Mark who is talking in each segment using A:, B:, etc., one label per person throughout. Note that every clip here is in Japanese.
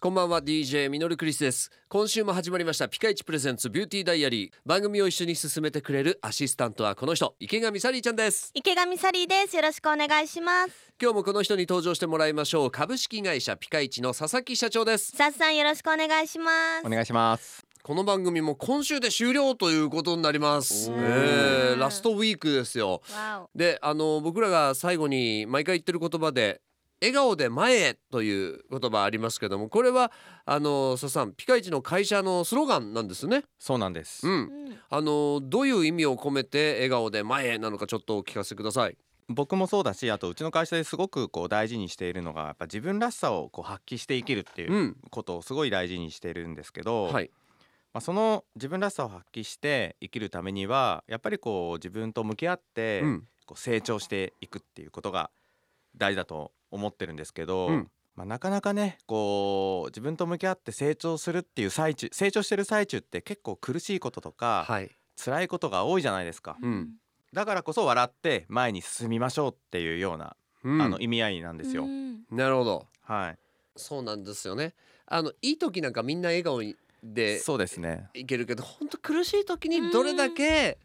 A: こんばんは DJ ミノルクリスです今週も始まりましたピカイチプレゼンツビューティーダイアリー番組を一緒に進めてくれるアシスタントはこの人池上サリーちゃんです
B: 池上サリーですよろしくお願いします
A: 今日もこの人に登場してもらいましょう株式会社ピカイチの佐々木社長です
B: さっさんよろしくお願いします
C: お願いします
A: この番組も今週で終了ということになります、え
B: おー
A: ー、ラストウィークですよ
B: わ
A: であの僕らが最後に毎回言ってる言葉で笑顔で前へという言葉ありますけどもこれはあの佐々さんピカイチの会社のスローガンなんですね
C: そうなんです、
A: う
B: お、うんん、
A: あのどういう意味を込めて笑顔で前へなのかちょっとお聞かせください
C: 僕もそうだしあとうちの会社ですごくこう大事にしているのがやっぱ自分らしさをこう発揮して生きるっていううんことをすごい大事にしているんですけど、
A: はい
C: まあ、その自分らしさを発揮して生きるためにはやっぱりこう自分と向き合って
A: うん
C: こう成長していくっていうことが大事だと思ってるんですけど、
A: うん
C: まあ、なかなかねこう自分と向き合って成長するっていう最中成長してる最中って結構苦しいこととか、
A: はい
C: 辛いことが多いじゃないですか。
A: うん
C: だからこそ笑って前に進みましょうっていうような、
A: うん
C: あの意味合いなんですよ。
B: うん
A: なるほど
C: は
A: そうなんですよねあのいい時なんかみんな笑顔
C: い、
A: で
C: そうですね。
A: いけるけど本当苦しい時にどれだけ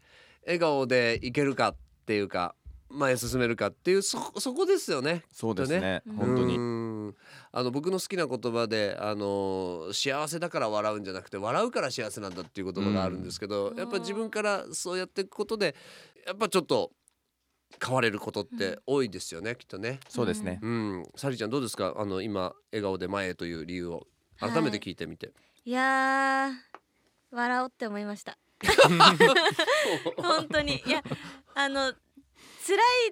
A: 笑顔でいけるかっていうか前へ進めるかっていうそそこですよね
C: そうですね。
B: うん
C: 本当
A: う
C: に。
A: ーんあの僕の好きな言葉で、あの幸せだから笑うんじゃなくて笑うから幸せなんだっていう言葉があるんですけど、
B: うん
A: やっぱ自分からそうやっていくことでやっぱちょっと変われることって多いですよね、きっとね。
C: そうですね。
A: うん、サリちゃんどうですかあの今笑顔で前へという理由を改めて聞いてみて、
B: いやー笑おうって思いました本当にいやあの辛い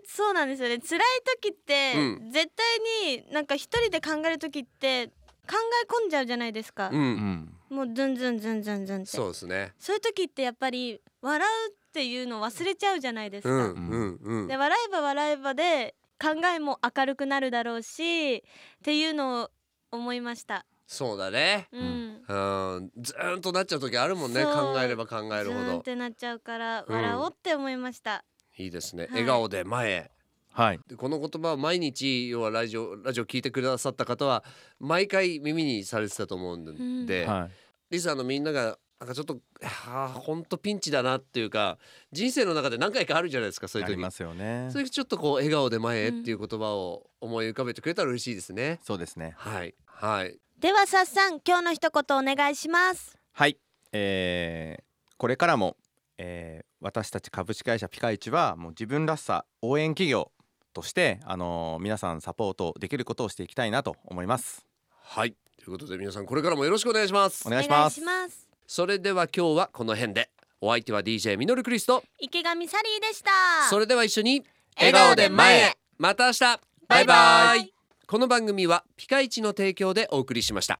B: そうなんですよね辛い時って、
A: う
B: 絶対になんか一人で考える時って考え込んじゃうじゃないですか、
A: う、
C: うんん。
B: もうズンズンズンズンズンって
A: そうですね
B: そういう時ってやっぱり笑うっていうのを忘れちゃうじゃないです
A: う
B: か、
A: んうんうん
B: で笑えば笑えばで考えも明るくなるだろうしっていうのを思いました。
A: そうだね
B: うん。
A: うんずーんとなっちゃう時あるもんね
B: そう
A: 考えれば考える
B: ず
A: ほ
B: ーんっ
A: ど
B: てなっちゃうから
A: うん
B: 笑おうって思いました。
A: いいですね
B: い
A: 笑顔で前へ、
C: はい。
A: でこの言葉は毎日要はラジオラジオ聞いてくださった方は毎回耳にされてたと思うんで、
C: は
A: リスナーのみんながなんかちょっとあ本当ピンチだなっていうか人生の中で何回かあるじゃないですかそ
C: い。
A: うい
C: あ
A: う時
C: りますよね
A: そう。いう時ちょっとこう笑顔で前へっていう言葉を思い浮かべてくれたら嬉しいですね。
C: そうですね。
A: はいはい
B: ではさっさん今日の一言お願いします。
C: はい。えーこれからも、えー私たち株式会社ピカイチはもう自分らしさ応援企業としてあのー皆さんサポートできることをしていきたいなと思います。
A: はいということで皆さんこれからもよろしくお願いします
C: お。願いします。
B: お願いします
A: それでは今日はこの辺でお相手は DJ ミノルクリスト
B: 池上サリーでした。
A: それでは一緒に
B: 笑顔で前へ
A: また明日バイバイこの番組はピカイチの提供でお送りしました